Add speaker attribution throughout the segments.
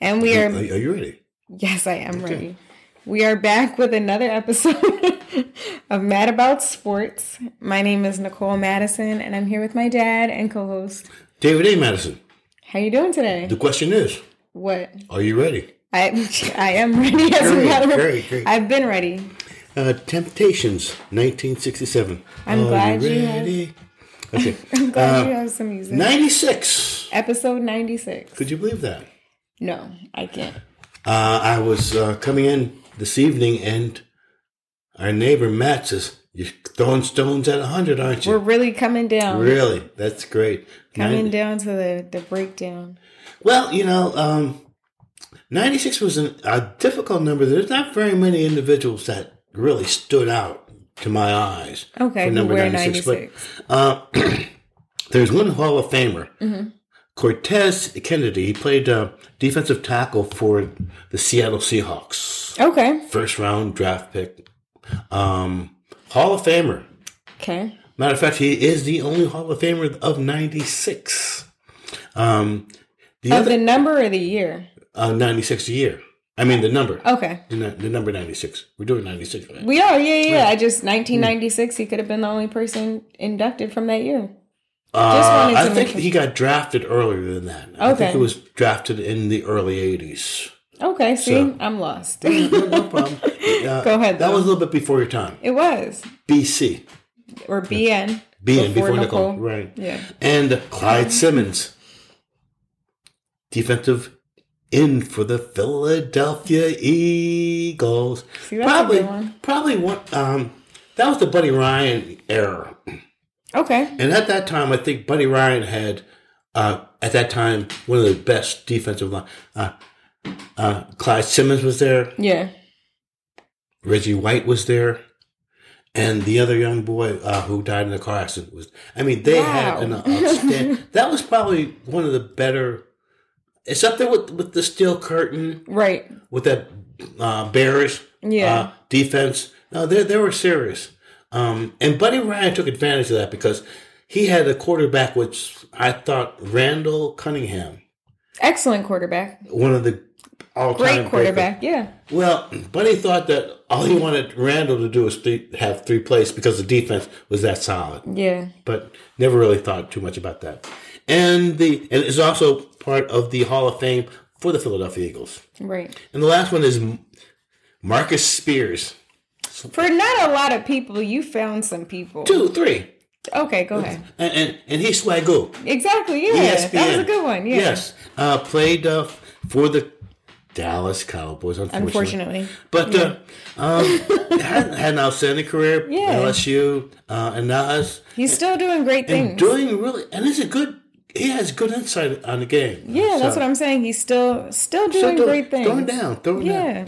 Speaker 1: And we
Speaker 2: Are,
Speaker 1: are,
Speaker 2: are you ready?
Speaker 1: yes, I am
Speaker 2: Okay.
Speaker 1: ready. We are back with another episode of Mad About Sports. My name is Nicole Madison, and I'm here with my dad and co-host.
Speaker 2: David A. Madison,
Speaker 1: How you doing today?
Speaker 2: the question is,
Speaker 1: What?
Speaker 2: are you ready?
Speaker 1: I I am ready as a
Speaker 2: Great,
Speaker 1: matter of
Speaker 2: great, great.
Speaker 1: I've been ready.
Speaker 2: Uh, Temptations, 1967.
Speaker 1: I'm
Speaker 2: are
Speaker 1: glad you have-
Speaker 2: ready? Okay.
Speaker 1: I'm glad
Speaker 2: Uh,
Speaker 1: you have some music.
Speaker 2: 96.
Speaker 1: Episode 96.
Speaker 2: Could you believe that?
Speaker 1: No, I can't.
Speaker 2: Uh, I was uh, coming in this evening and our neighbor Matt says, You're throwing stones at 100, aren't
Speaker 1: We're
Speaker 2: you?
Speaker 1: really coming down.
Speaker 2: Really? That's great.
Speaker 1: Coming
Speaker 2: Nin-
Speaker 1: down to the, the breakdown.
Speaker 2: Well, you know, um, 96 was an, a difficult number. There's not very many individuals that really stood out to my eyes.
Speaker 1: Okay, but
Speaker 2: for number
Speaker 1: we're
Speaker 2: 96,
Speaker 1: 96.
Speaker 2: but- Uh, there's one Hall of Famer,
Speaker 1: Mm-hmm.
Speaker 2: Cortez Kennedy. He played uh, defensive tackle for the Seattle Seahawks.
Speaker 1: Okay.
Speaker 2: First round draft pick. Um, Hall of Famer.
Speaker 1: Okay.
Speaker 2: Matter of fact, he is the only Hall of Famer of 96. Um, the
Speaker 1: Of
Speaker 2: other,
Speaker 1: the number or the year?
Speaker 2: uh, 96 year. I mean, the number.
Speaker 1: Okay.
Speaker 2: The, nu- the number 96. We're doing 96, right?
Speaker 1: We are, yeah, yeah. yeah. I just 1996. He could have been the only person inducted from that year.
Speaker 2: Uh,
Speaker 1: wanted
Speaker 2: I
Speaker 1: to
Speaker 2: think
Speaker 1: make-
Speaker 2: he got drafted earlier than that. I think
Speaker 1: Okay.
Speaker 2: he was drafted in the early 80s.
Speaker 1: Okay. See,
Speaker 2: So-
Speaker 1: I'm lost.
Speaker 2: Yeah,
Speaker 1: it
Speaker 2: no, no problem. Uh,
Speaker 1: Go ahead,
Speaker 2: That
Speaker 1: though.
Speaker 2: was a little bit before your time.
Speaker 1: was
Speaker 2: BC.
Speaker 1: or BN.
Speaker 2: Being before, Nicole. Right.
Speaker 1: Yeah.
Speaker 2: And Clyde Simmons. Defensive end for the Philadelphia Eagles.
Speaker 1: See, that's a
Speaker 2: probably
Speaker 1: good one.
Speaker 2: probably one um that was the Buddy Ryan era.
Speaker 1: Okay.
Speaker 2: And at that time I think Buddy Ryan had uh, at that time one of the best defensive line uh, uh, Clyde Simmons was there.
Speaker 1: Yeah.
Speaker 2: Reggie White was there, and the other young boy uh, who died in a car accident was. I mean, they had an
Speaker 1: Wow.
Speaker 2: outstanding. that was probably one of the better. It's up there with with the steel curtain
Speaker 1: Right.
Speaker 2: with that uh, bearish
Speaker 1: Yeah.
Speaker 2: uh, defense. No, they they were serious, um, and Buddy Ryan took advantage of that because he had a quarterback which I thought Randall Cunningham,
Speaker 1: Excellent quarterback.
Speaker 2: one of the all
Speaker 1: Great quarterback. Yeah.
Speaker 2: Well, Buddy thought that all he wanted Randall to do was three, have three plays because the defense was that solid,
Speaker 1: Yeah.
Speaker 2: but never really thought too much about that. And the and it's also part of the Hall of Fame for the Philadelphia Eagles.
Speaker 1: Right.
Speaker 2: And the last one is M- Marcus Spears.
Speaker 1: For not a lot of people, you found some people.
Speaker 2: Two, three,
Speaker 1: Okay, go ahead.
Speaker 2: and and, and he E swagoo.
Speaker 1: Exactly. Yeah, that was a good one. Yeah.
Speaker 2: Yes, uh, played uh, for the Dallas Cowboys.
Speaker 1: Unfortunately.
Speaker 2: But uh, um, had, had an outstanding career,
Speaker 1: Yeah.
Speaker 2: LSU, uh, and now is
Speaker 1: He's still doing great things.
Speaker 2: doing really, and he's a good. He has good insight on the game.
Speaker 1: yeah, that's what I'm saying. He's still still doing great things.
Speaker 2: Throwing down, throwing down.
Speaker 1: Yeah.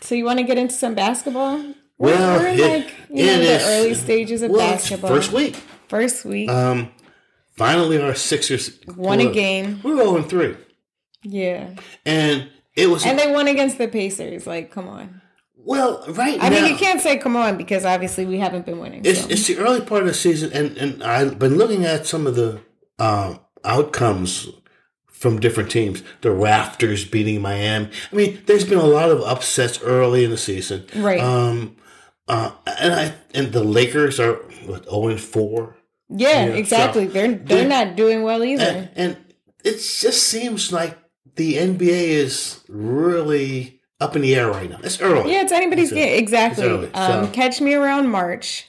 Speaker 1: So you want to get into some basketball? We're,
Speaker 2: Well,
Speaker 1: we're in
Speaker 2: it-
Speaker 1: like you
Speaker 2: it
Speaker 1: know, the
Speaker 2: is-
Speaker 1: early stages of
Speaker 2: Well, it's
Speaker 1: basketball.
Speaker 2: first week,
Speaker 1: First week,
Speaker 2: um, finally our Sixers
Speaker 1: won a
Speaker 2: pulled-
Speaker 1: game.
Speaker 2: We were zero and three,
Speaker 1: Yeah,
Speaker 2: and it was
Speaker 1: and they won against the Pacers. Like, come on.
Speaker 2: well right
Speaker 1: I
Speaker 2: now.
Speaker 1: mean, you can't say come on because obviously we haven't been winning.
Speaker 2: It's,
Speaker 1: so.
Speaker 2: it's the early part of the season, and, and I've been looking at some of the um, outcomes from different teams. The Rafters beating Miami. I mean, there's been a lot of upsets early in the season,
Speaker 1: Right.
Speaker 2: Um, uh, and I and the Lakers are what zero and four,
Speaker 1: yeah,
Speaker 2: yeah, so-
Speaker 1: exactly. they're they're
Speaker 2: They-
Speaker 1: not doing well either.
Speaker 2: and, and it just seems like the NBA is really up in the air right now. It's early.
Speaker 1: Yeah, it's anybody's
Speaker 2: So-
Speaker 1: game. Exactly.
Speaker 2: early,
Speaker 1: um,
Speaker 2: so-
Speaker 1: Catch me around March.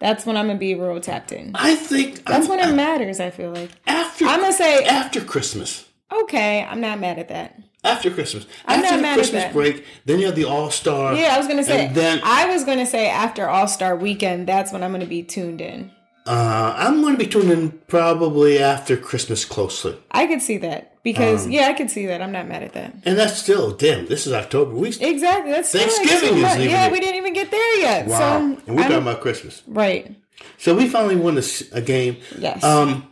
Speaker 1: That's when I'm gonna be real tapped in.
Speaker 2: I think
Speaker 1: That's
Speaker 2: I'm-
Speaker 1: when it matters. I feel like
Speaker 2: after
Speaker 1: I'm gonna say
Speaker 2: after Christmas.
Speaker 1: okay. I'm not mad at that.
Speaker 2: After Christmas.
Speaker 1: I'm
Speaker 2: after
Speaker 1: not
Speaker 2: the
Speaker 1: mad at
Speaker 2: Christmas
Speaker 1: that.
Speaker 2: break, then you have the All Star.
Speaker 1: Yeah, I was gonna say.
Speaker 2: And then I,
Speaker 1: I was gonna say after All Star Weekend. That's when I'm gonna be tuned in.
Speaker 2: uh, I'm going to be tuning in probably after Christmas closely.
Speaker 1: I could see that because
Speaker 2: Um,
Speaker 1: yeah, I could see that. I'm not mad at that.
Speaker 2: And that's still, damn, this is October. We,
Speaker 1: Exactly. That's still, like,
Speaker 2: Thanksgiving
Speaker 1: two
Speaker 2: isn't
Speaker 1: months.
Speaker 2: even
Speaker 1: Yeah,
Speaker 2: yet.
Speaker 1: we didn't even get there yet.
Speaker 2: wow.
Speaker 1: So
Speaker 2: and we're
Speaker 1: I'm-
Speaker 2: talking about Christmas.
Speaker 1: right.
Speaker 2: So we finally won this, a game.
Speaker 1: Yes.
Speaker 2: Um,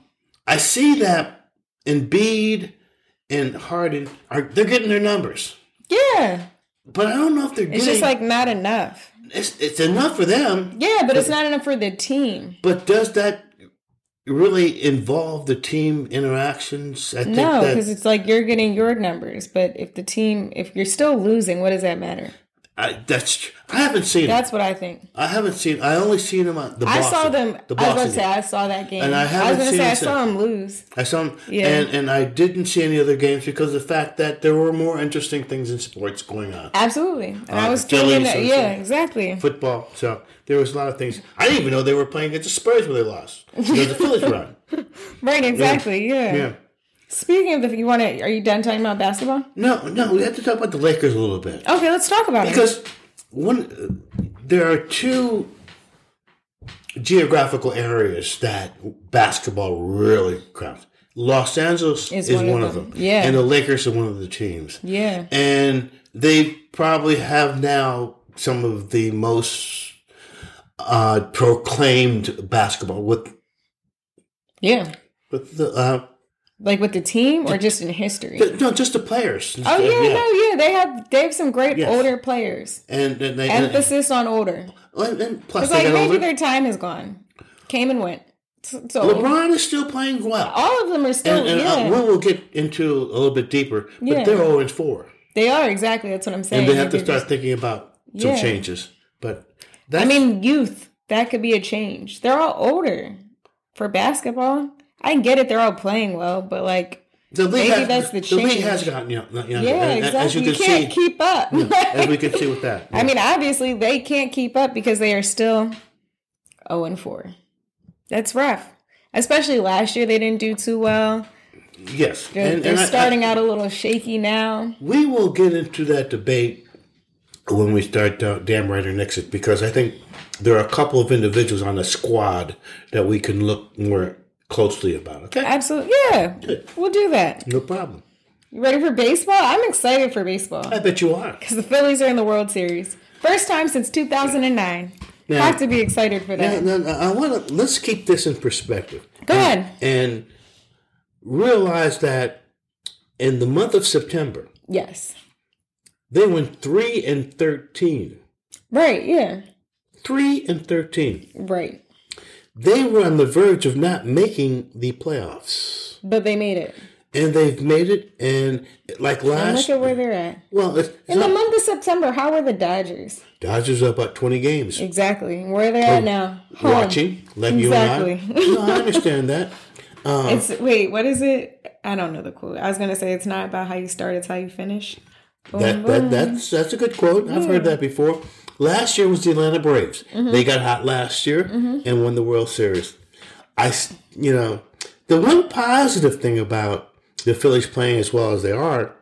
Speaker 2: I see that Embiid and Harden are they're getting their numbers,
Speaker 1: yeah.
Speaker 2: but I don't know if they're
Speaker 1: It's
Speaker 2: getting.
Speaker 1: just like not enough.
Speaker 2: it's, it's enough for them,
Speaker 1: Yeah, but it's not enough for the team.
Speaker 2: but does that really involve the team interactions. I think
Speaker 1: No,
Speaker 2: that
Speaker 1: because it's like you're getting your numbers, but if the team, if you're still losing, what does that matter?
Speaker 2: I, that's tr- I haven't seen him.
Speaker 1: That's what I think.
Speaker 2: I haven't seen. I only seen him on the.
Speaker 1: I
Speaker 2: Boston,
Speaker 1: saw them.
Speaker 2: The
Speaker 1: I was about
Speaker 2: Boston.
Speaker 1: to
Speaker 2: game.
Speaker 1: say I saw that game.
Speaker 2: And I
Speaker 1: I
Speaker 2: haven't
Speaker 1: was going
Speaker 2: seen
Speaker 1: to say I
Speaker 2: it
Speaker 1: saw him lose.
Speaker 2: I saw him,
Speaker 1: Yeah.
Speaker 2: and and I didn't see any other games because of the fact that there were more interesting things in sports going on.
Speaker 1: Absolutely, and
Speaker 2: Uh,
Speaker 1: I was
Speaker 2: the Phillies
Speaker 1: thinking that.
Speaker 2: and
Speaker 1: Yeah,
Speaker 2: some-
Speaker 1: exactly.
Speaker 2: Football, so there was a lot of things. I didn't even know they were playing against the Spurs when they lost. Because the Phillies were on.
Speaker 1: Right, exactly. Yeah.
Speaker 2: Yeah.
Speaker 1: Speaking of, if you want to, are you done talking about basketball?
Speaker 2: No, no, we have to talk about the Lakers a little bit
Speaker 1: Okay, let's talk about it.
Speaker 2: because one, there are two geographical areas that basketball really counts. Los Angeles is, one, of them.
Speaker 1: Yeah.
Speaker 2: and the Lakers are one of the teams.
Speaker 1: Yeah,
Speaker 2: and they probably have now some of the most uh, proclaimed basketball with
Speaker 1: yeah.
Speaker 2: with the uh,
Speaker 1: Like with the team or just in history?
Speaker 2: no just the players.
Speaker 1: Oh yeah, no, yeah. They have they have some great
Speaker 2: Yes.
Speaker 1: older players.
Speaker 2: and and, they, and,
Speaker 1: Emphasis on older.
Speaker 2: and, and plus
Speaker 1: It's
Speaker 2: they
Speaker 1: like
Speaker 2: got
Speaker 1: maybe
Speaker 2: older.
Speaker 1: their time is gone. Came and went. So so
Speaker 2: LeBron is still playing well,
Speaker 1: all of them are still
Speaker 2: and, and
Speaker 1: Oh, yeah.
Speaker 2: uh, we will get into a little bit deeper. But
Speaker 1: Yeah.
Speaker 2: they're zero and four,
Speaker 1: they are exactly. That's what I'm saying.
Speaker 2: and they have to
Speaker 1: They're
Speaker 2: start
Speaker 1: just-
Speaker 2: thinking about some
Speaker 1: Yeah.
Speaker 2: changes. But that's,
Speaker 1: I mean, youth. That could be a change. They're all older for basketball. I can get it. They're all playing well, but like,
Speaker 2: the
Speaker 1: maybe
Speaker 2: league has,
Speaker 1: that's the
Speaker 2: league
Speaker 1: change.
Speaker 2: has gotten young- younger.
Speaker 1: yeah,
Speaker 2: and- and
Speaker 1: exactly.
Speaker 2: As you
Speaker 1: you,
Speaker 2: can
Speaker 1: can't
Speaker 2: see,
Speaker 1: keep up.
Speaker 2: as we can see with that.
Speaker 1: I mean, obviously they can't keep up because they are still 0 and 4. That's rough. Especially last year they didn't do too well.
Speaker 2: Yes,
Speaker 1: They're,
Speaker 2: and,
Speaker 1: they're
Speaker 2: and I- I-
Speaker 1: starting out a little shaky now.
Speaker 2: we will get into that debate when we start uh, damn right or nix it because I think there are a couple of individuals on the squad that we can look more closely about. Okay,
Speaker 1: Absolutely. Yeah. We'll do that.
Speaker 2: no problem.
Speaker 1: You ready for baseball? I'm excited for baseball.
Speaker 2: I bet you are.
Speaker 1: Because the Phillies are in the World Series. First time since 2009.
Speaker 2: Now-
Speaker 1: Have to be excited for that.
Speaker 2: And then uh, I want to let's keep this in perspective
Speaker 1: Go ahead.
Speaker 2: and realize that in the month of September
Speaker 1: Yes.
Speaker 2: they went three and thirteen.
Speaker 1: Right. Yeah.
Speaker 2: Three and thirteen.
Speaker 1: Right.
Speaker 2: They were on the verge of not making the playoffs.
Speaker 1: But they made it.
Speaker 2: and they've made it. And like
Speaker 1: And look
Speaker 2: last,
Speaker 1: at where they're at.
Speaker 2: well, it's, it's
Speaker 1: In the
Speaker 2: not,
Speaker 1: month of September, how were the Dodgers?
Speaker 2: Dodgers up about twenty games.
Speaker 1: Exactly. Where they're
Speaker 2: Oh,
Speaker 1: at now. Home.
Speaker 2: Watching, like you
Speaker 1: Exactly.
Speaker 2: and I. No, I understand that.
Speaker 1: It's wait, what is it? I don't know the quote. I was gonna say it's not about how you start, it's how you finish. Boom,
Speaker 2: That,
Speaker 1: boom.
Speaker 2: that that's that's a good quote. I've heard that before. Last year was the Atlanta Braves. They got hot last year and won the World Series. I, s- you know, the one positive thing about the Phillies playing as well as they are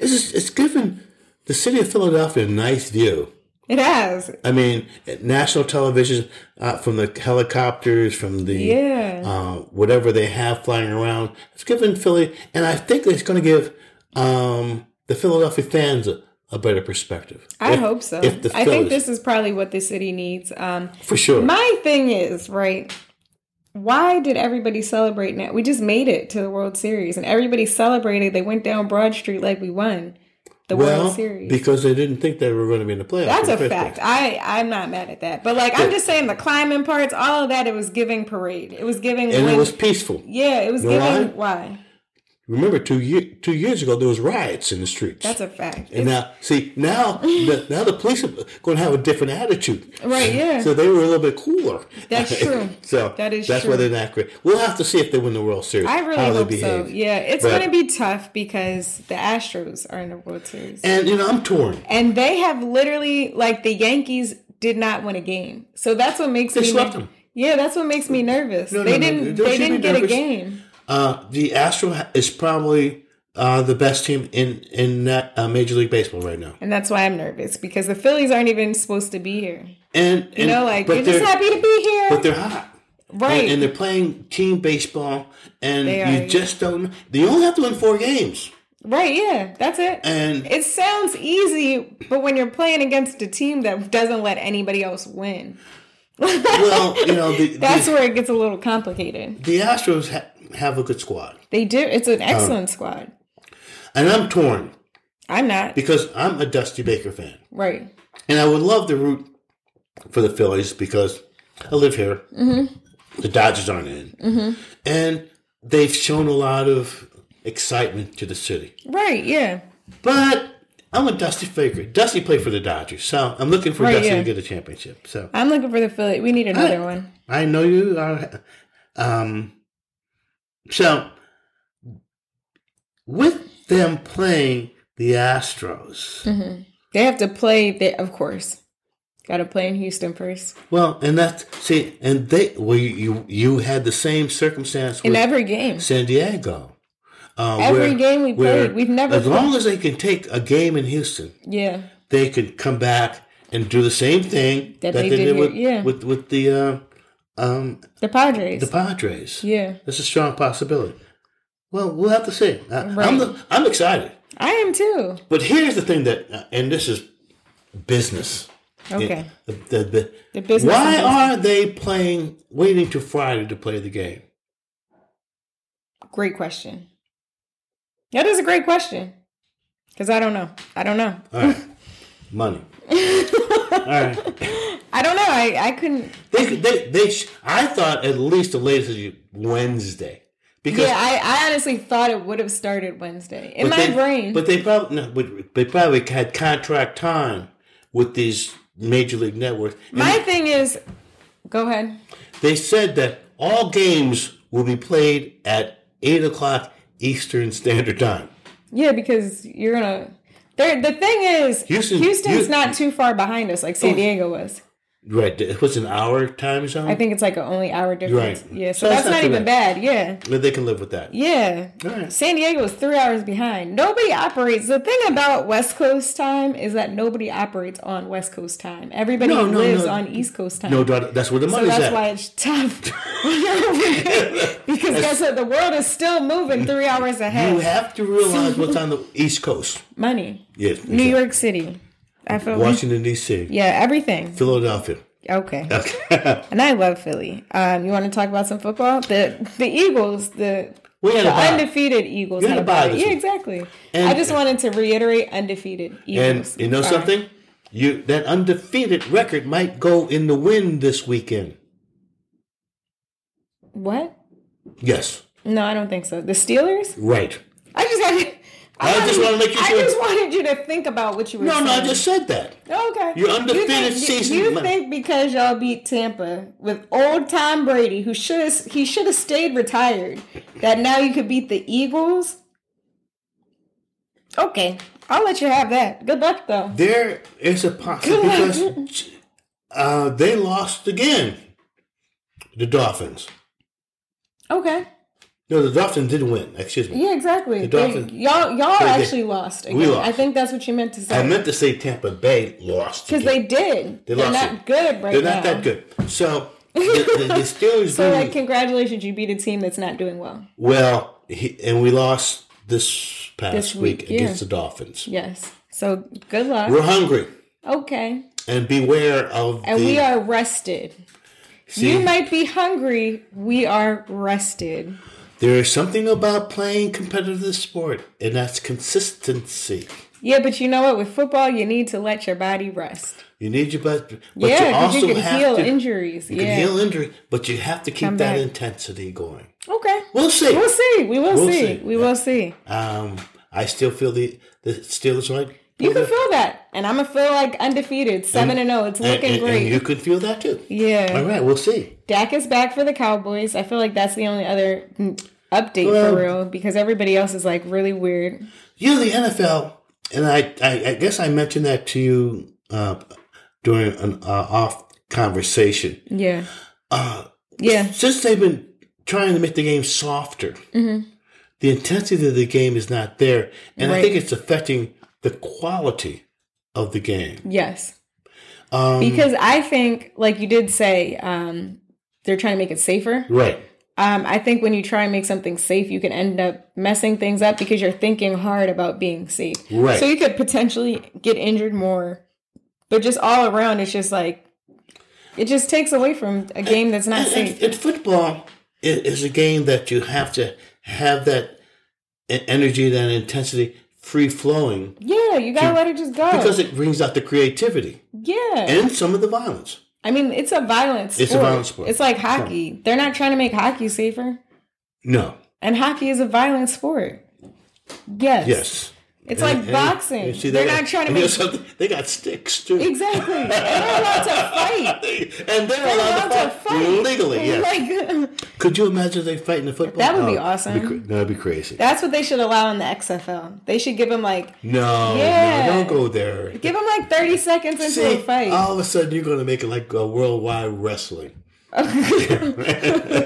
Speaker 2: is it's, it's given the city of Philadelphia a nice view.
Speaker 1: It has.
Speaker 2: I mean, national television uh, from the helicopters, from the
Speaker 1: Yeah.
Speaker 2: uh, whatever they have flying around. It's given Philly, and I think it's going to give um, the Philadelphia fans a, a better perspective.
Speaker 1: I
Speaker 2: If-
Speaker 1: hope so.
Speaker 2: If the
Speaker 1: I think
Speaker 2: Phillies,
Speaker 1: this is probably what the city needs. Um
Speaker 2: for sure.
Speaker 1: my thing is, right, why did everybody celebrate now? We just made it to the World Series and everybody celebrated. They went down Broad Street like we won the
Speaker 2: well,
Speaker 1: World Series.
Speaker 2: because they didn't think they were going to be in the playoffs.
Speaker 1: That's
Speaker 2: in
Speaker 1: a
Speaker 2: the first
Speaker 1: fact.
Speaker 2: place.
Speaker 1: I I'm not mad at that. But like I'm just saying the climbing parts, all of that, it was giving parade. It was giving
Speaker 2: And
Speaker 1: when-
Speaker 2: it was peaceful.
Speaker 1: yeah, it was
Speaker 2: You know
Speaker 1: giving why.
Speaker 2: Remember, two year, two years ago, there was riots in the streets.
Speaker 1: That's a fact.
Speaker 2: and now, see, now the, now the police are going to have a different attitude.
Speaker 1: right, yeah.
Speaker 2: So they were a little bit cooler.
Speaker 1: That's true.
Speaker 2: so
Speaker 1: That is
Speaker 2: that's
Speaker 1: true.
Speaker 2: why they're not great. We'll have to see if they win the World Series.
Speaker 1: I really
Speaker 2: how they
Speaker 1: hope so.
Speaker 2: behave.
Speaker 1: Yeah, it's
Speaker 2: But-
Speaker 1: going to be tough because the Astros are in the World Series.
Speaker 2: And you know, I'm torn.
Speaker 1: And they have literally like the Yankees did not win a game. So that's what makes me
Speaker 2: swept them.
Speaker 1: Yeah, that's what makes me nervous.
Speaker 2: No,
Speaker 1: they
Speaker 2: no, no,
Speaker 1: didn't
Speaker 2: don't
Speaker 1: they
Speaker 2: you be
Speaker 1: didn't get a
Speaker 2: nervous.
Speaker 1: game.
Speaker 2: Uh, the Astro ha- is probably uh, the best team in in that, uh, Major League Baseball right now.
Speaker 1: And that's why I'm nervous because the Phillies aren't even supposed to be here.
Speaker 2: And, and
Speaker 1: You know, like
Speaker 2: but
Speaker 1: you're
Speaker 2: they're
Speaker 1: just happy to be here.
Speaker 2: but they're hot.
Speaker 1: Right.
Speaker 2: And, and they're playing team baseball, and
Speaker 1: They
Speaker 2: you
Speaker 1: are,
Speaker 2: just don't. They only have to win four games,
Speaker 1: right, yeah. That's it.
Speaker 2: and
Speaker 1: it sounds easy, but when you're playing against a team that doesn't let anybody else win,
Speaker 2: well, you know, the
Speaker 1: that's
Speaker 2: the,
Speaker 1: where it gets a little complicated.
Speaker 2: the Astros ha- have a good squad,
Speaker 1: They do. It's
Speaker 2: Oh.
Speaker 1: an excellent squad.
Speaker 2: and I'm torn
Speaker 1: I'm not.
Speaker 2: because I'm a Dusty Baker fan.
Speaker 1: Right. Mm-hmm.
Speaker 2: And I would love to root for the Phillies because I live here. the Dodgers aren't in, and they've shown a lot of excitement to the city.
Speaker 1: Right, yeah.
Speaker 2: But I'm a Dusty favorite. Dusty played for the Dodgers, so I'm looking for
Speaker 1: Right,
Speaker 2: Dusty
Speaker 1: yeah.
Speaker 2: to get a championship. So
Speaker 1: I'm looking for the Philly. We need another
Speaker 2: I-
Speaker 1: one.
Speaker 2: I know you are. Um, so with them playing the Astros,
Speaker 1: They have to play there, of course. Got to play in Houston first.
Speaker 2: well, and that's see, and they well, you you, you had the same circumstance
Speaker 1: In
Speaker 2: with
Speaker 1: every game.
Speaker 2: San Diego. Uh,
Speaker 1: Every game we played, we've never
Speaker 2: As long as they can take a game in Houston,
Speaker 1: Yeah.
Speaker 2: they could come back and do the same thing that, they, did,
Speaker 1: here,
Speaker 2: with,
Speaker 1: yeah.
Speaker 2: with with the uh, um,
Speaker 1: The Padres.
Speaker 2: the Padres.
Speaker 1: yeah.
Speaker 2: That's a strong possibility. Well, we'll have to see. I,
Speaker 1: Right.
Speaker 2: I'm, the, I'm excited.
Speaker 1: I am too.
Speaker 2: But here's the thing that, and this is business.
Speaker 1: Okay.
Speaker 2: The, the, the-
Speaker 1: The business
Speaker 2: Why
Speaker 1: of business.
Speaker 2: are they playing, waiting to Friday to play the game?
Speaker 1: Great question. That is a great question. Because I don't know. I don't know.
Speaker 2: All right. Money. All right.
Speaker 1: I don't know. I, I couldn't.
Speaker 2: They, could- they, they, sh- I thought at least the latest is Wednesday. Because
Speaker 1: Yeah, I, I honestly thought it would have started Wednesday. In
Speaker 2: but
Speaker 1: my
Speaker 2: they-
Speaker 1: brain.
Speaker 2: But they probably no, but they probably had contract time with these major league networks. And
Speaker 1: my thing is go ahead.
Speaker 2: They said that all games will be played at 8 o'clock Eastern Standard Time.
Speaker 1: Yeah, because you're gonna. There, the thing is,
Speaker 2: Houston-
Speaker 1: Houston's
Speaker 2: Houston-
Speaker 1: not too far behind us, like San Diego was.
Speaker 2: Right. It was an hour time zone?
Speaker 1: I think it's like an only hour difference.
Speaker 2: Right.
Speaker 1: Yeah, so,
Speaker 2: So
Speaker 1: that's,
Speaker 2: that's
Speaker 1: not,
Speaker 2: not too
Speaker 1: even bad. Yeah,
Speaker 2: But they can live with that.
Speaker 1: yeah.
Speaker 2: All right.
Speaker 1: San Diego is three hours behind. Nobody operates. The thing about West Coast time is that nobody operates on West Coast time. Everybody
Speaker 2: No, no,
Speaker 1: lives
Speaker 2: no.
Speaker 1: on East Coast time.
Speaker 2: No, doubt, that's where the
Speaker 1: so
Speaker 2: money's
Speaker 1: that's
Speaker 2: at.
Speaker 1: why it's tough. because guess what? The world is still moving three hours
Speaker 2: you
Speaker 1: ahead.
Speaker 2: have to realize what's on the East Coast.
Speaker 1: Money.
Speaker 2: Yes.
Speaker 1: New York City. I feel.
Speaker 2: Washington, D.C.,
Speaker 1: Yeah, everything.
Speaker 2: Philadelphia.
Speaker 1: Okay.
Speaker 2: Okay.
Speaker 1: And I love Philly. Um, you want to talk about some football? The the Eagles, the,
Speaker 2: we had
Speaker 1: the
Speaker 2: a bye.
Speaker 1: undefeated Eagles.
Speaker 2: You had a
Speaker 1: bye.
Speaker 2: bye this
Speaker 1: Yeah,
Speaker 2: week.
Speaker 1: exactly.
Speaker 2: And-
Speaker 1: I just wanted to reiterate undefeated
Speaker 2: And
Speaker 1: Eagles.
Speaker 2: you know
Speaker 1: Sorry.
Speaker 2: something? You That undefeated record might go in the wind this weekend.
Speaker 1: What?
Speaker 2: Yes.
Speaker 1: No, I don't think so. The Steelers?
Speaker 2: Right.
Speaker 1: I just had.
Speaker 2: I just
Speaker 1: wanted-
Speaker 2: wanna make you
Speaker 1: I
Speaker 2: sure-
Speaker 1: just wanted you to think about what you were.
Speaker 2: No,
Speaker 1: saying. Oh,
Speaker 2: no, I just said that.
Speaker 1: Okay.
Speaker 2: Your undefeated
Speaker 1: you think,
Speaker 2: season-
Speaker 1: You think because y'all beat Tampa with old Tom Brady, who should have he should have stayed retired, that now you could beat the Eagles? Okay, I'll let you have that. Good luck though.
Speaker 2: There is a possibility because uh, they lost again. The Dolphins.
Speaker 1: Okay.
Speaker 2: No, the Dolphins did win. Excuse me.
Speaker 1: Yeah, exactly.
Speaker 2: The
Speaker 1: They-
Speaker 2: Dolphins-
Speaker 1: y'all y'all
Speaker 2: they-
Speaker 1: actually lost. Again.
Speaker 2: We lost.
Speaker 1: I think that's what you meant to
Speaker 2: I
Speaker 1: say.
Speaker 2: meant to say Tampa Bay lost.
Speaker 1: Because
Speaker 2: again.
Speaker 1: they did.
Speaker 2: They
Speaker 1: are
Speaker 2: lost
Speaker 1: not
Speaker 2: it.
Speaker 1: good right
Speaker 2: they're
Speaker 1: now.
Speaker 2: not that good. So the, the, the Steelers
Speaker 1: So
Speaker 2: do
Speaker 1: like congratulations, you beat a team that's not doing well.
Speaker 2: well, he, and we lost this past
Speaker 1: This
Speaker 2: week,
Speaker 1: week, yeah.
Speaker 2: against the Dolphins.
Speaker 1: Yes. So good luck.
Speaker 2: We're hungry,
Speaker 1: okay.
Speaker 2: and beware of
Speaker 1: And
Speaker 2: the.
Speaker 1: we are rested.
Speaker 2: see,
Speaker 1: You might be hungry. We are rested.
Speaker 2: there is something about playing competitive sport, and that's consistency.
Speaker 1: Yeah, but you know what? With football, you need to let your body rest.
Speaker 2: You need your butt,
Speaker 1: yeah,
Speaker 2: but you
Speaker 1: because
Speaker 2: also
Speaker 1: you can
Speaker 2: have
Speaker 1: heal
Speaker 2: to
Speaker 1: injuries.
Speaker 2: You
Speaker 1: yeah.
Speaker 2: can heal injury, but you have to keep
Speaker 1: Come
Speaker 2: that
Speaker 1: back.
Speaker 2: intensity going.
Speaker 1: okay.
Speaker 2: We'll see.
Speaker 1: We'll see. We will
Speaker 2: We'll
Speaker 1: see.
Speaker 2: see.
Speaker 1: We
Speaker 2: Yeah.
Speaker 1: will see.
Speaker 2: Um, I still feel the the Steelers right.
Speaker 1: You can feel that, and I'm gonna feel like undefeated, seven and zero. It's
Speaker 2: and,
Speaker 1: looking
Speaker 2: and-
Speaker 1: great.
Speaker 2: and you could feel that too.
Speaker 1: yeah.
Speaker 2: All right, we'll see.
Speaker 1: Dak is back for the Cowboys. I feel like that's the only other mm, update
Speaker 2: Well-
Speaker 1: for real because everybody else is like really weird.
Speaker 2: You know the NFL, and I I, I guess I mentioned that to you uh, during an uh, off conversation.
Speaker 1: Yeah.
Speaker 2: Uh,
Speaker 1: Yeah.
Speaker 2: since they've been trying to make the game softer, the intensity of the game is not there, and I
Speaker 1: Right.
Speaker 2: think it's affecting the quality of the game.
Speaker 1: Yes.
Speaker 2: Um,
Speaker 1: because I think, like you did say, um, they're trying to make it safer.
Speaker 2: right.
Speaker 1: Um, I think when you try and make something safe, you can end up messing things up because you're thinking hard about being safe.
Speaker 2: Right.
Speaker 1: So you could potentially get injured more. But just all around, it's just like it just takes away from a game that's not
Speaker 2: And,
Speaker 1: safe.
Speaker 2: and- and football i- is a game that you have to have that e- energy, that intensity, free flowing
Speaker 1: Yeah, you gotta let it just go.
Speaker 2: because it brings out the creativity
Speaker 1: yeah,
Speaker 2: and some of the violence.
Speaker 1: I mean, it's a violent sport.
Speaker 2: It's a violent sport.
Speaker 1: It's like hockey. They're not trying to make hockey safer.
Speaker 2: No.
Speaker 1: And hockey is a violent sport. Yes.
Speaker 2: Yes.
Speaker 1: It's
Speaker 2: And-
Speaker 1: like
Speaker 2: and-
Speaker 1: boxing.
Speaker 2: you see,
Speaker 1: They're
Speaker 2: got-
Speaker 1: not trying to
Speaker 2: and you know
Speaker 1: make
Speaker 2: something? They got sticks too.
Speaker 1: Exactly. And they're allowed to fight.
Speaker 2: and they're
Speaker 1: They're
Speaker 2: allowed to fight,
Speaker 1: Oh
Speaker 2: legally. Yes.
Speaker 1: Like,
Speaker 2: Could you imagine they fight in a football?
Speaker 1: That would be
Speaker 2: Oh,
Speaker 1: awesome.
Speaker 2: it'd be cra- that'd be crazy.
Speaker 1: that's what they should allow in the XFL. They should give them like
Speaker 2: no,
Speaker 1: Yeah.
Speaker 2: no, don't go there.
Speaker 1: give them like thirty seconds into
Speaker 2: See, uh,
Speaker 1: a fight.
Speaker 2: all of a sudden you're going to make it like a worldwide wrestling.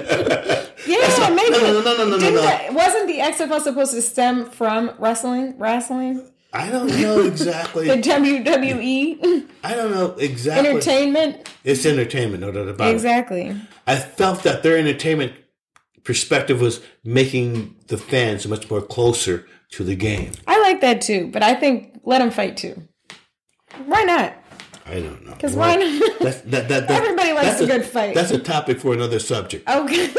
Speaker 1: yeah, maybe.
Speaker 2: no, no, no, no, no,
Speaker 1: Didn't
Speaker 2: no.
Speaker 1: the- wasn't the XFL supposed to stem from wrestling? Wrestling,
Speaker 2: I don't know
Speaker 1: the
Speaker 2: exactly.
Speaker 1: WWE
Speaker 2: I don't know exactly.
Speaker 1: entertainment.
Speaker 2: it's entertainment, no doubt about it.
Speaker 1: Exactly.
Speaker 2: I felt that their entertainment perspective was making the fans much more closer to the game.
Speaker 1: I like that too, but I think let them fight too. Why not?
Speaker 2: I don't know.
Speaker 1: 'Cause why
Speaker 2: Well,
Speaker 1: not?
Speaker 2: that's- that- that- that-
Speaker 1: Everybody likes
Speaker 2: that's
Speaker 1: a good fight.
Speaker 2: That's a topic for another subject.
Speaker 1: Okay.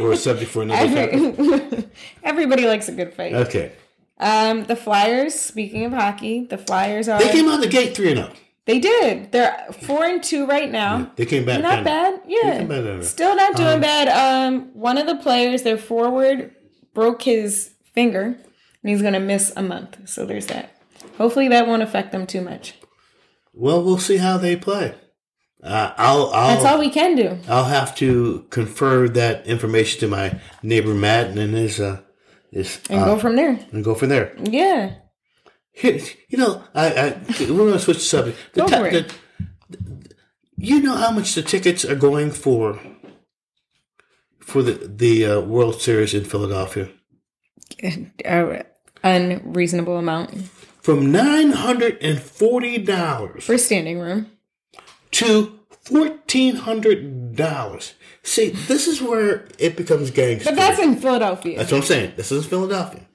Speaker 2: Or a subject for another topic.
Speaker 1: Every- Everybody likes a good fight.
Speaker 2: Okay.
Speaker 1: Um, the Flyers. Speaking of hockey, the Flyers are.
Speaker 2: They came out the gate 3 and 0.
Speaker 1: They did. They're four and two right now.
Speaker 2: They came back.
Speaker 1: Not
Speaker 2: down.
Speaker 1: bad.
Speaker 2: came back down.
Speaker 1: Yeah. Still not doing bad. Um, one of the players, their forward, broke his finger, and he's gonna miss a month. So there's that. Hopefully that won't affect them too much.
Speaker 2: Well, we'll see how they play. Uh, I'll I'll
Speaker 1: That's all we can do.
Speaker 2: I'll have to confer that information to my neighbor Matt and then his uh his
Speaker 1: And
Speaker 2: uh,
Speaker 1: go from there.
Speaker 2: and go from there.
Speaker 1: Yeah.
Speaker 2: Here, you know, I, I we're gonna switch the subject. The
Speaker 1: Go
Speaker 2: ti-
Speaker 1: for it.
Speaker 2: the- you know how much the tickets are going for for the the uh, World Series in Philadelphia
Speaker 1: A unreasonable amount
Speaker 2: from nine hundred and forty dollars
Speaker 1: for standing room.
Speaker 2: to fourteen hundred dollars. See, this is where it becomes gangster.
Speaker 1: But that's in Philadelphia.
Speaker 2: That's what I'm saying. This is Philadelphia.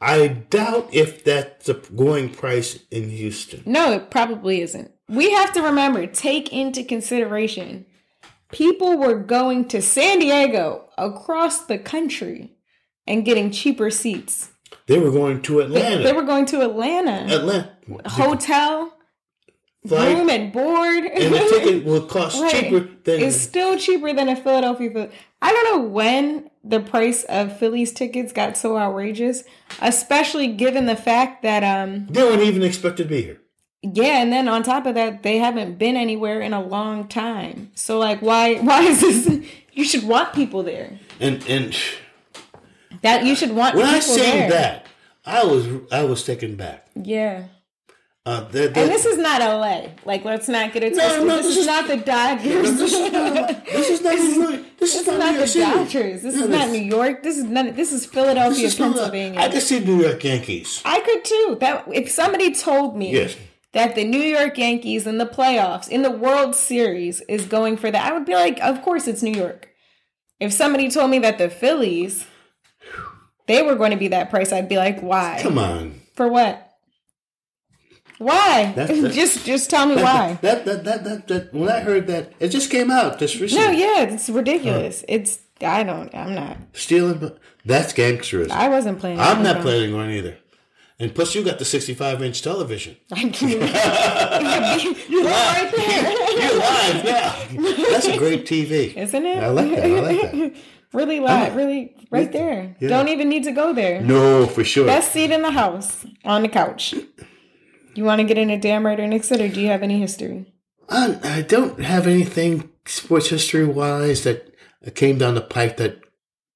Speaker 2: I doubt if that's the going price in Houston.
Speaker 1: No, it probably isn't. We have to remember, take into consideration, people were going to San Diego across the country and getting cheaper seats.
Speaker 2: They were going to Atlanta.
Speaker 1: They were going to Atlanta,
Speaker 2: Atlanta.
Speaker 1: hotel,
Speaker 2: Flight
Speaker 1: room and board.
Speaker 2: and the ticket will cost
Speaker 1: Right.
Speaker 2: cheaper than
Speaker 1: It's still cheaper than a Philadelphia. Phil- I don't know when the price of Phillies tickets got so outrageous, especially given the fact that um
Speaker 2: they weren't even expected to be here.
Speaker 1: Yeah, and then on top of that, they haven't been anywhere in a long time. So like why why is this you should want people there.
Speaker 2: And and
Speaker 1: That you should want
Speaker 2: when I
Speaker 1: people there.
Speaker 2: seen that, I was I was taken back.
Speaker 1: Yeah.
Speaker 2: Uh, that, that,
Speaker 1: And this is not LA. Like let's not get it
Speaker 2: No,
Speaker 1: twisted.
Speaker 2: no,
Speaker 1: this,
Speaker 2: this
Speaker 1: is,
Speaker 2: is-
Speaker 1: not the Dodgers.
Speaker 2: this is not this is
Speaker 1: This is
Speaker 2: not New York. This is not
Speaker 1: not the
Speaker 2: New York City.
Speaker 1: Dodgers. This
Speaker 2: No,
Speaker 1: is not New York. This is none this is Philadelphia,
Speaker 2: this is Philadelphia.
Speaker 1: Pennsylvania.
Speaker 2: I could see New York Yankees.
Speaker 1: I could too. That if somebody told me
Speaker 2: Yes.
Speaker 1: that the New York Yankees in the playoffs in the World Series is going for that, I would be like, of course it's New York. If somebody told me that the Phillies they were going to be that price, I'd be like, why?
Speaker 2: Come on.
Speaker 1: For what? Why?
Speaker 2: That's- that's-
Speaker 1: just just tell me why.
Speaker 2: That that, that that that when I heard that it just came out just
Speaker 1: No,
Speaker 2: recently.
Speaker 1: yeah, it's ridiculous. It's I don't I'm not
Speaker 2: Stealing that's gangsterism.
Speaker 1: I wasn't playing.
Speaker 2: I'm not
Speaker 1: Pokemon.
Speaker 2: planning on either. And plus, you got the 65 inch television.
Speaker 1: I can't. You're right there.
Speaker 2: You're live now. That's a great TV.
Speaker 1: Isn't it?
Speaker 2: I like that. I like that.
Speaker 1: Really loud, really right there. Don't even need to go there.
Speaker 2: No, for sure.
Speaker 1: Best seat in the house on the couch. You want to get in a damn right or Knicks or do you have any history?
Speaker 2: I, I don't have anything sports history wise that came down the pipe that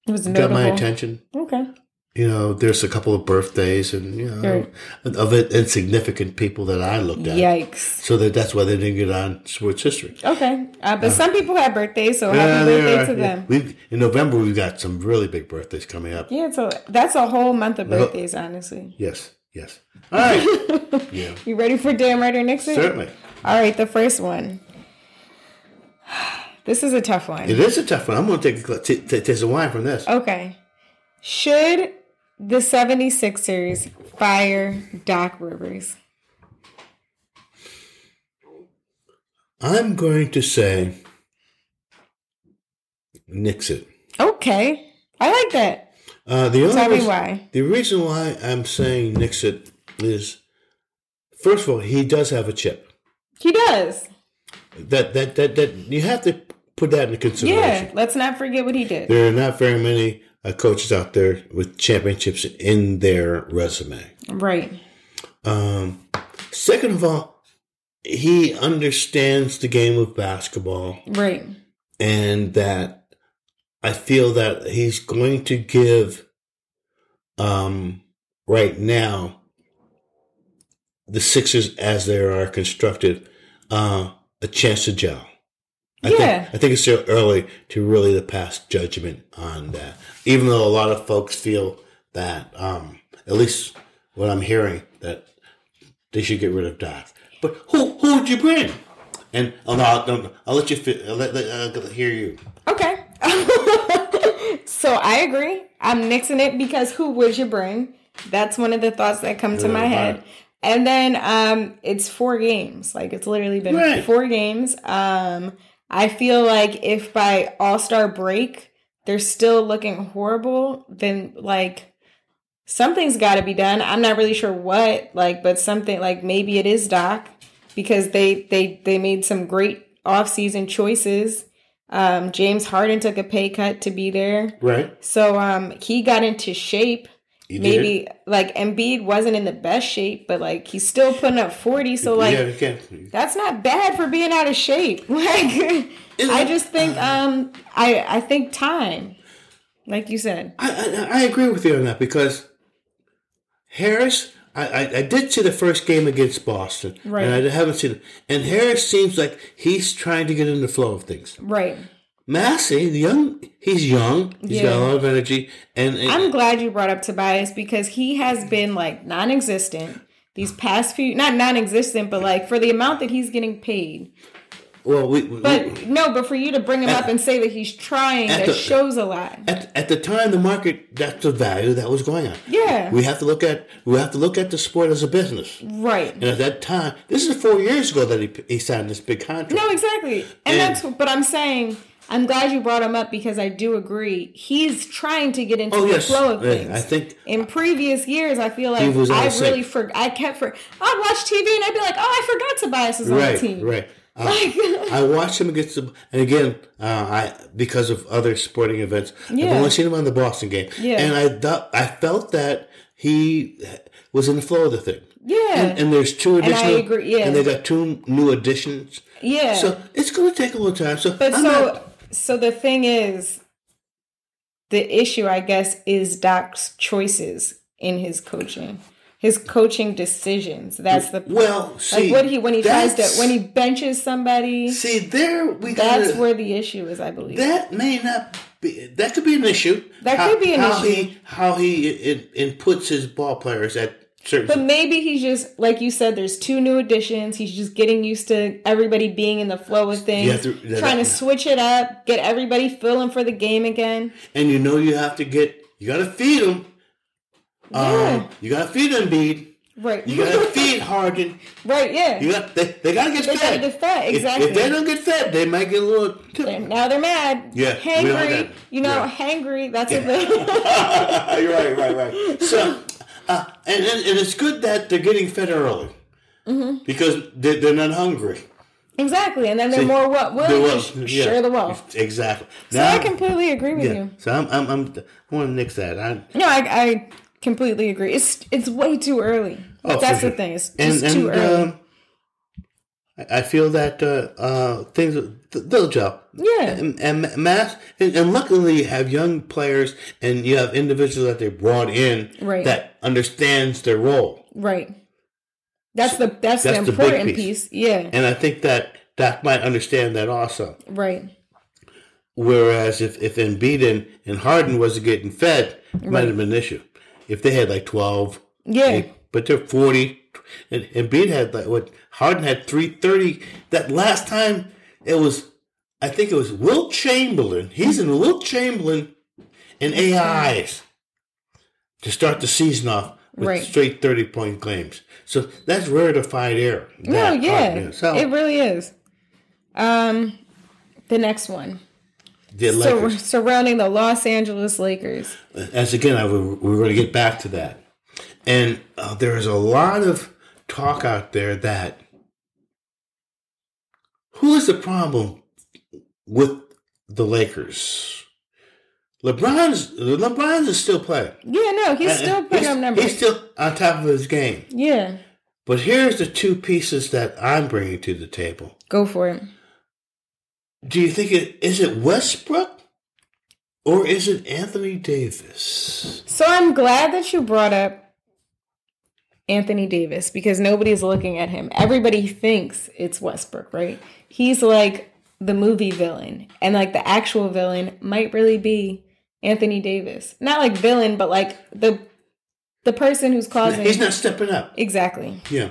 Speaker 1: It was
Speaker 2: got
Speaker 1: notable.
Speaker 2: my attention.
Speaker 1: Okay.
Speaker 2: You know, there's a couple of birthdays and, you know,
Speaker 1: Right.
Speaker 2: of it, insignificant people that I looked at.
Speaker 1: Yikes.
Speaker 2: So that that's why they didn't get on sports history.
Speaker 1: Okay. Uh, but some people have birthdays, so
Speaker 2: Yeah,
Speaker 1: happy
Speaker 2: they
Speaker 1: birthday
Speaker 2: are.
Speaker 1: to
Speaker 2: Yeah.
Speaker 1: them.
Speaker 2: We've, in November, we've got some really big birthdays coming up.
Speaker 1: Yeah, so that's a whole month of birthdays, honestly.
Speaker 2: Yes, yes. All right, yeah,
Speaker 1: You ready for damn right or Knicks?
Speaker 2: certainly.
Speaker 1: All right, the first one. This is a tough one.
Speaker 2: It is a tough one. I'm going to take a gl- t- t- taste of wine from this.
Speaker 1: Okay. Should the 76ers fire Doc Rivers?
Speaker 2: I'm going to say nix it.
Speaker 1: Okay. I like that.
Speaker 2: Uh, the only
Speaker 1: Tell me
Speaker 2: reason-
Speaker 1: why.
Speaker 2: The reason why I'm saying nix it is, first of all, he does have a chip.
Speaker 1: He does.
Speaker 2: That that that that you have to put that into consideration.
Speaker 1: Yeah, let's not forget what he did.
Speaker 2: There are not very many uh, coaches out there with championships in their resume.
Speaker 1: Right.
Speaker 2: Um, second of all, he understands the game of basketball,
Speaker 1: Right.
Speaker 2: and that I feel that he's going to give, um, right now, the Sixers as they are constructed, uh, a chance to gel. I
Speaker 1: Yeah.
Speaker 2: think I think it's still early to really to pass judgment on that. Even though a lot of folks feel that, um, at least what I'm hearing, that they should get rid of Doc. But who who would you bring? And oh no, I'll, no, I'll let you fi- I'll let, let, I'll hear you.
Speaker 1: Okay. so I agree. I'm nixing it because who would you bring? That's one of the thoughts that come to
Speaker 2: Yeah,
Speaker 1: my
Speaker 2: right.
Speaker 1: head. And then um it's four games. Like it's literally been
Speaker 2: Right.
Speaker 1: four games. Um I feel like if by All-Star break they're still looking horrible, then like something's got to be done. I'm not really sure what, like, but something like maybe it is Doc because they they they made some great offseason choices. Um, James Harden took a pay cut to be there,
Speaker 2: Right?
Speaker 1: so um, he got into shape.
Speaker 2: You
Speaker 1: Maybe like Embiid wasn't in the best shape, but like he's still putting up forty. So like
Speaker 2: yeah, you can.
Speaker 1: that's not bad for being out of shape. Like I just think
Speaker 2: Uh-huh.
Speaker 1: um I I think time, like you said,
Speaker 2: I, I I agree with you on that because Harris. I, I, I did see the first game against Boston,
Speaker 1: Right.
Speaker 2: and I haven't seen it. And Harris seems like he's trying to get in the flow of things.
Speaker 1: right.
Speaker 2: Massey, the young, he's young, He's got a
Speaker 1: Yeah.
Speaker 2: lot of energy, and, and
Speaker 1: I'm glad you brought up Tobias because he has been like non-existent these past few not non-existent but like for the amount that he's getting paid.
Speaker 2: well, we, we-
Speaker 1: But no, but for you to bring him up and say that he's trying
Speaker 2: At
Speaker 1: that
Speaker 2: the-
Speaker 1: shows a lot.
Speaker 2: at at the time the market that's the value that was going on.
Speaker 1: Yeah.
Speaker 2: We have to look at we have to look at the sport as a business.
Speaker 1: Right.
Speaker 2: And at that time, this is four years ago that he, he signed this big contract.
Speaker 1: No, exactly. And that's but I'm saying I'm glad you brought him up because I do agree. He's trying to get into
Speaker 2: oh
Speaker 1: the
Speaker 2: yes,
Speaker 1: flow of
Speaker 2: Yeah,
Speaker 1: things.
Speaker 2: I think
Speaker 1: in previous years, I feel like
Speaker 2: He was on
Speaker 1: I
Speaker 2: the same-
Speaker 1: really for I kept for I'd watch TV and I'd be like, oh, I forgot Tobias is on the
Speaker 2: right,
Speaker 1: team.
Speaker 2: right. Uh,
Speaker 1: Like-
Speaker 2: I watched him against the and again uh, I because of other sporting events. I've
Speaker 1: Yeah.
Speaker 2: only seen him on the Boston game,
Speaker 1: Yeah.
Speaker 2: and I thought I felt that he was in the flow of the thing.
Speaker 1: Yeah.
Speaker 2: And, and there's two
Speaker 1: I
Speaker 2: additional,
Speaker 1: agree, yeah.
Speaker 2: and they got two new additions.
Speaker 1: yeah.
Speaker 2: So it's going to take a little time. So,
Speaker 1: But
Speaker 2: I'm
Speaker 1: so,
Speaker 2: not-
Speaker 1: so the thing is, the issue, I guess, is Doc's choices in his coaching, his coaching decisions. That's the
Speaker 2: well, see,
Speaker 1: like what he when he tries to
Speaker 2: that's-
Speaker 1: when he benches somebody.
Speaker 2: see there we got
Speaker 1: That's where the issue is, I believe.
Speaker 2: that may not be that could be an issue.
Speaker 1: That could be an
Speaker 2: how
Speaker 1: issue.
Speaker 2: He, how he in, in puts his ball players at certain.
Speaker 1: but maybe he's just like you said. There's two new additions. He's just getting used to everybody being in the flow of
Speaker 2: You
Speaker 1: things,
Speaker 2: have to- yeah,
Speaker 1: trying
Speaker 2: that-
Speaker 1: to switch it up, get everybody feeling for the game again.
Speaker 2: and you know you have to get you got to feed him.
Speaker 1: Yeah.
Speaker 2: Um, you got to feed Embiid.
Speaker 1: Right.
Speaker 2: You got to feed Harden.
Speaker 1: right. Yeah.
Speaker 2: You got they, they got to get
Speaker 1: They gotta
Speaker 2: fed.
Speaker 1: get fed,
Speaker 2: If-
Speaker 1: exactly.
Speaker 2: If, they don't get fed, they might get a little.
Speaker 1: And now they're mad.
Speaker 2: Yeah, we don't like that.
Speaker 1: Hangry. You know,
Speaker 2: Yeah.
Speaker 1: hangry. That's a thing.
Speaker 2: You're right, right, right. So, uh, and, and and it's good that they're getting fed early
Speaker 1: Mm-hmm.
Speaker 2: because they're, they're not hungry.
Speaker 1: exactly. And then they're more what
Speaker 2: They're
Speaker 1: willing
Speaker 2: well-
Speaker 1: to sh-
Speaker 2: yeah,
Speaker 1: share the wealth.
Speaker 2: Exactly.
Speaker 1: So I completely agree with
Speaker 2: yeah.
Speaker 1: you.
Speaker 2: So I'm I'm, I'm I want to nix that. I,
Speaker 1: No, I, I completely agree. It's it's way too early.
Speaker 2: Oh, for
Speaker 1: That's
Speaker 2: sure.
Speaker 1: the thing. It's
Speaker 2: and
Speaker 1: just
Speaker 2: and
Speaker 1: too early.
Speaker 2: um, I I feel that uh, uh, things th- they'll gel.
Speaker 1: yeah.
Speaker 2: And, and mass and, and luckily you have young players and you have individuals that they brought in
Speaker 1: Right.
Speaker 2: that understands their role.
Speaker 1: Right. That's the that's,
Speaker 2: That's
Speaker 1: the
Speaker 2: the big
Speaker 1: important
Speaker 2: piece.
Speaker 1: piece. Yeah.
Speaker 2: And I think that Doc might understand that also.
Speaker 1: Right.
Speaker 2: Whereas if, if Embiid and, and Harden wasn't getting fed, it might have been an issue. If they had like 12,
Speaker 1: Yeah.
Speaker 2: like, but they're 40. And Embiid had like what? Harden had 330. That last time it was, I think it was Will Chamberlain. He's in Will Chamberlain and AIs to start the season off with
Speaker 1: Right.
Speaker 2: straight 30 point claims. So that's rarefied air.
Speaker 1: No,
Speaker 2: that
Speaker 1: yeah.
Speaker 2: Harden is. So
Speaker 1: It really is. Um the next one.
Speaker 2: the
Speaker 1: So
Speaker 2: Lakers.
Speaker 1: surrounding the Los Angeles Lakers.
Speaker 2: as again, I, we- we're going to get back to that. And uh, there is a lot of talk out there that Who is the problem with the Lakers? LeBron's LeBron's is still playing.
Speaker 1: Yeah, no, he's
Speaker 2: And-
Speaker 1: still
Speaker 2: and
Speaker 1: putting
Speaker 2: he's-
Speaker 1: up numbers.
Speaker 2: He's still on top of his game.
Speaker 1: yeah,
Speaker 2: But here's the two pieces that I'm bringing to the table.
Speaker 1: go for it.
Speaker 2: Do you think it is it Westbrook or is it Anthony Davis?
Speaker 1: So I'm glad that you brought up Anthony Davis because nobody's looking at him. Everybody thinks it's Westbrook, right? He's like the movie villain, and like the actual villain might really be Anthony Davis. Not like villain, but like the the person who's causing
Speaker 2: He's not stepping up.
Speaker 1: exactly.
Speaker 2: Yeah.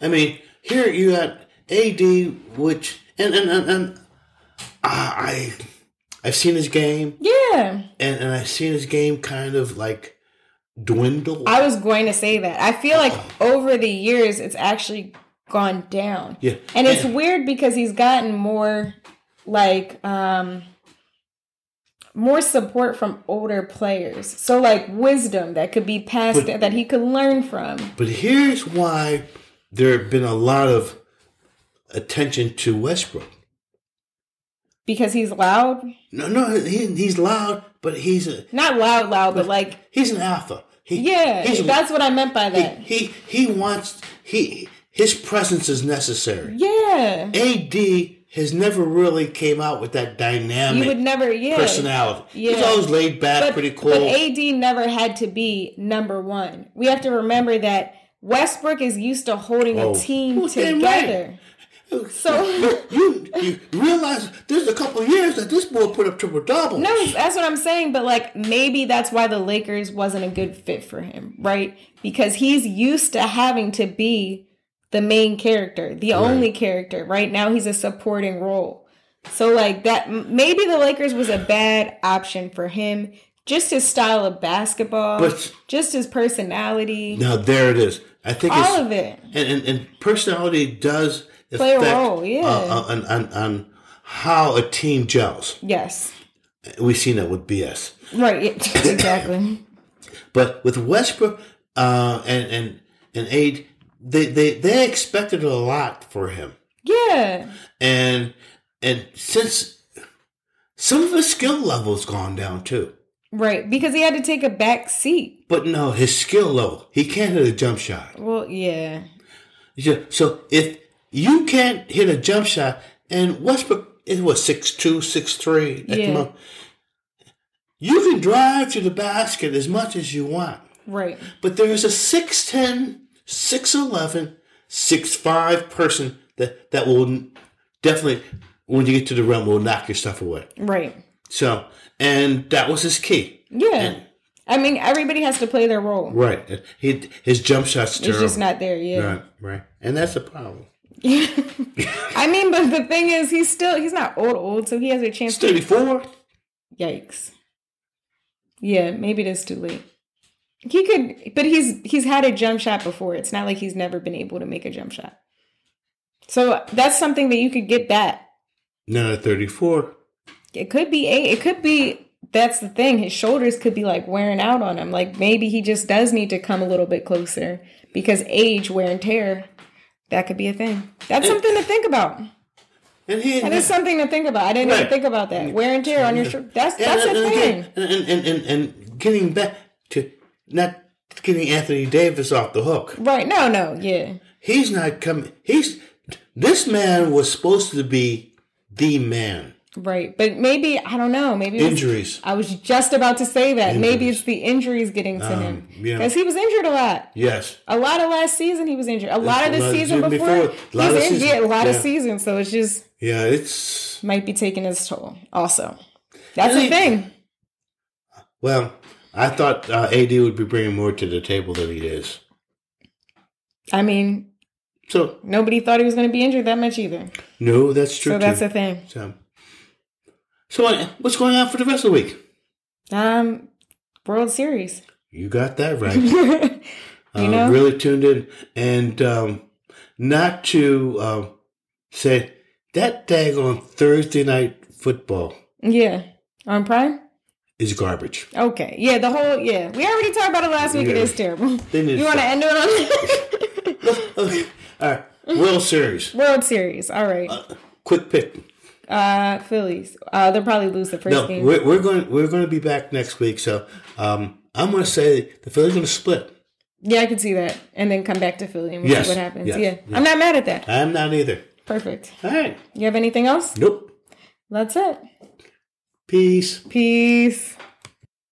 Speaker 2: I mean, here you got AD, which and and and, and uh, I I- I've seen his game,
Speaker 1: Yeah,
Speaker 2: and and I've seen his game kind of like dwindle.
Speaker 1: I was going to say that. I feel like over the years, it's actually gone down.
Speaker 2: yeah,
Speaker 1: And it's weird because he's gotten more like um more support from older players. So like wisdom that could be passed
Speaker 2: But-
Speaker 1: that he could learn from.
Speaker 2: But here's why there have been a lot of attention to Westbrook.
Speaker 1: Because he's loud.
Speaker 2: No, no, he, he's loud, but he's a
Speaker 1: Not loud loud, but like
Speaker 2: he's an alpha. He,
Speaker 1: yeah,
Speaker 2: he's,
Speaker 1: that's what I meant by
Speaker 2: he,
Speaker 1: that.
Speaker 2: he he wants he his presence is necessary.
Speaker 1: yeah.
Speaker 2: AD has never really came out with that
Speaker 1: You
Speaker 2: dynamic
Speaker 1: would never yeah.
Speaker 2: personality. He's
Speaker 1: Yeah.
Speaker 2: always laid back, pretty cool.
Speaker 1: But AD never had to be number one. We have to remember that Westbrook is used to holding
Speaker 2: Oh.
Speaker 1: a team
Speaker 2: Well, damn right.
Speaker 1: together. So
Speaker 2: you, you realize there's a couple of years that this boy put up triple doubles.
Speaker 1: No, that's what I'm saying, but like maybe that's why the Lakers wasn't a good fit for him, right? Because he's used to having to be the main character, the only character. Right now he's a supporting role. So like that m- maybe the Lakers was a bad option for him. Just his style of basketball,
Speaker 2: But-
Speaker 1: just his personality,
Speaker 2: Now there it is. I think it's,
Speaker 1: all of it.
Speaker 2: and, and and personality does
Speaker 1: Play a
Speaker 2: affect,
Speaker 1: role, yeah.
Speaker 2: uh, on, on on how a team gels.
Speaker 1: Yes.
Speaker 2: We've seen that with BS,
Speaker 1: Right. yeah, Exactly.
Speaker 2: but with Westbrook uh, and and and Aid, they they they expected a lot for him,
Speaker 1: yeah.
Speaker 2: and and since some of his skill level's gone down too.
Speaker 1: Right. Because he had to take a back seat.
Speaker 2: But no, his skill level, he can't hit a jump shot.
Speaker 1: Well, yeah.
Speaker 2: Yeah, So if you can't hit a jump shot, and Westbrook is what six two, six three at the
Speaker 1: Yeah.
Speaker 2: moment, you can drive to the basket as much as you want.
Speaker 1: Right.
Speaker 2: But there is a 6'10", 6'11", 6'5", person that that will n- definitely, when you get to the rim, will knock your stuff away.
Speaker 1: Right.
Speaker 2: So, and that was his key.
Speaker 1: Yeah.
Speaker 2: And-
Speaker 1: I mean, everybody has to play their role.
Speaker 2: Right. He, his jump shot's
Speaker 1: It's
Speaker 2: terrible.
Speaker 1: just not there yet.
Speaker 2: right, right. And that's a problem.
Speaker 1: I mean, but the thing is, he's still, he's not old, old, so he has a chance
Speaker 2: He's 34.
Speaker 1: to. Yikes. Yeah, maybe it is too late. He could, but he's he's had a jump shot before. It's not like he's never been able to make a jump shot. So that's something that you could get back.
Speaker 2: No, 34.
Speaker 1: It could be a. It could be that's the thing. His shoulders could be like wearing out on him. Like maybe he just does need to come a little bit closer because age, wear and tear, that could be a thing. That's something to think about.
Speaker 2: And he
Speaker 1: That is something to think about. I didn't
Speaker 2: Right.
Speaker 1: even think about that. Wear and tear on your shirt. That's that's a
Speaker 2: and,
Speaker 1: thing.
Speaker 2: again, and, and, and, and getting back to not getting Anthony Davis off the hook.
Speaker 1: Right. No, no, yeah.
Speaker 2: He's not coming. He's this man was supposed to be the man.
Speaker 1: Right. But maybe I don't know, maybe it was-
Speaker 2: Injuries.
Speaker 1: I was just about to say that. Maybe it's the injuries getting to him.
Speaker 2: yeah.
Speaker 1: Because he was injured a lot.
Speaker 2: Yes.
Speaker 1: A lot of last season he was injured. A lot of
Speaker 2: a lot
Speaker 1: the
Speaker 2: of
Speaker 1: season
Speaker 2: season
Speaker 1: before,
Speaker 2: before, a lot of
Speaker 1: he's injured.
Speaker 2: season.
Speaker 1: Yeah, a lot of
Speaker 2: Yeah.
Speaker 1: season. So it's just
Speaker 2: Yeah. It's
Speaker 1: might be taking its toll. Also, that's the
Speaker 2: Really?
Speaker 1: thing.
Speaker 2: well. I thought uh, AD would be bringing more to the table than he is.
Speaker 1: I mean,
Speaker 2: So
Speaker 1: nobody thought he was going to be injured that much either.
Speaker 2: no, that's true.
Speaker 1: So that's
Speaker 2: too.
Speaker 1: the thing.
Speaker 2: so. So uh, what's going on for the rest of the week?
Speaker 1: Um, World Series.
Speaker 2: You got that right.
Speaker 1: You
Speaker 2: uh,
Speaker 1: know?
Speaker 2: really tuned in and um, not to um, say that daggone Thursday night football
Speaker 1: yeah, on Prime.
Speaker 2: is garbage.
Speaker 1: Okay. Yeah, the whole yeah. We already talked about it last week. It
Speaker 2: Yeah.
Speaker 1: is terrible.
Speaker 2: They need
Speaker 1: You want to end it on
Speaker 2: stop. Okay. All right, World Series.
Speaker 1: World Series? All right.
Speaker 2: Qu- Quick pick.
Speaker 1: Uh, Phillies. Uh, they'll probably lose the first
Speaker 2: No,
Speaker 1: game.
Speaker 2: we're, we're going we're going to be back next week. So um, I'm going to say the Phillies are going to split.
Speaker 1: Yeah, I can see that. And then come back to Philly and we'll
Speaker 2: Yes,
Speaker 1: see what happens.
Speaker 2: yes,
Speaker 1: yeah. I'm not mad at that.
Speaker 2: I'm not either.
Speaker 1: Perfect.
Speaker 2: All right.
Speaker 1: You have anything else?
Speaker 2: Nope.
Speaker 1: That's it.
Speaker 2: Peace.
Speaker 1: Peace.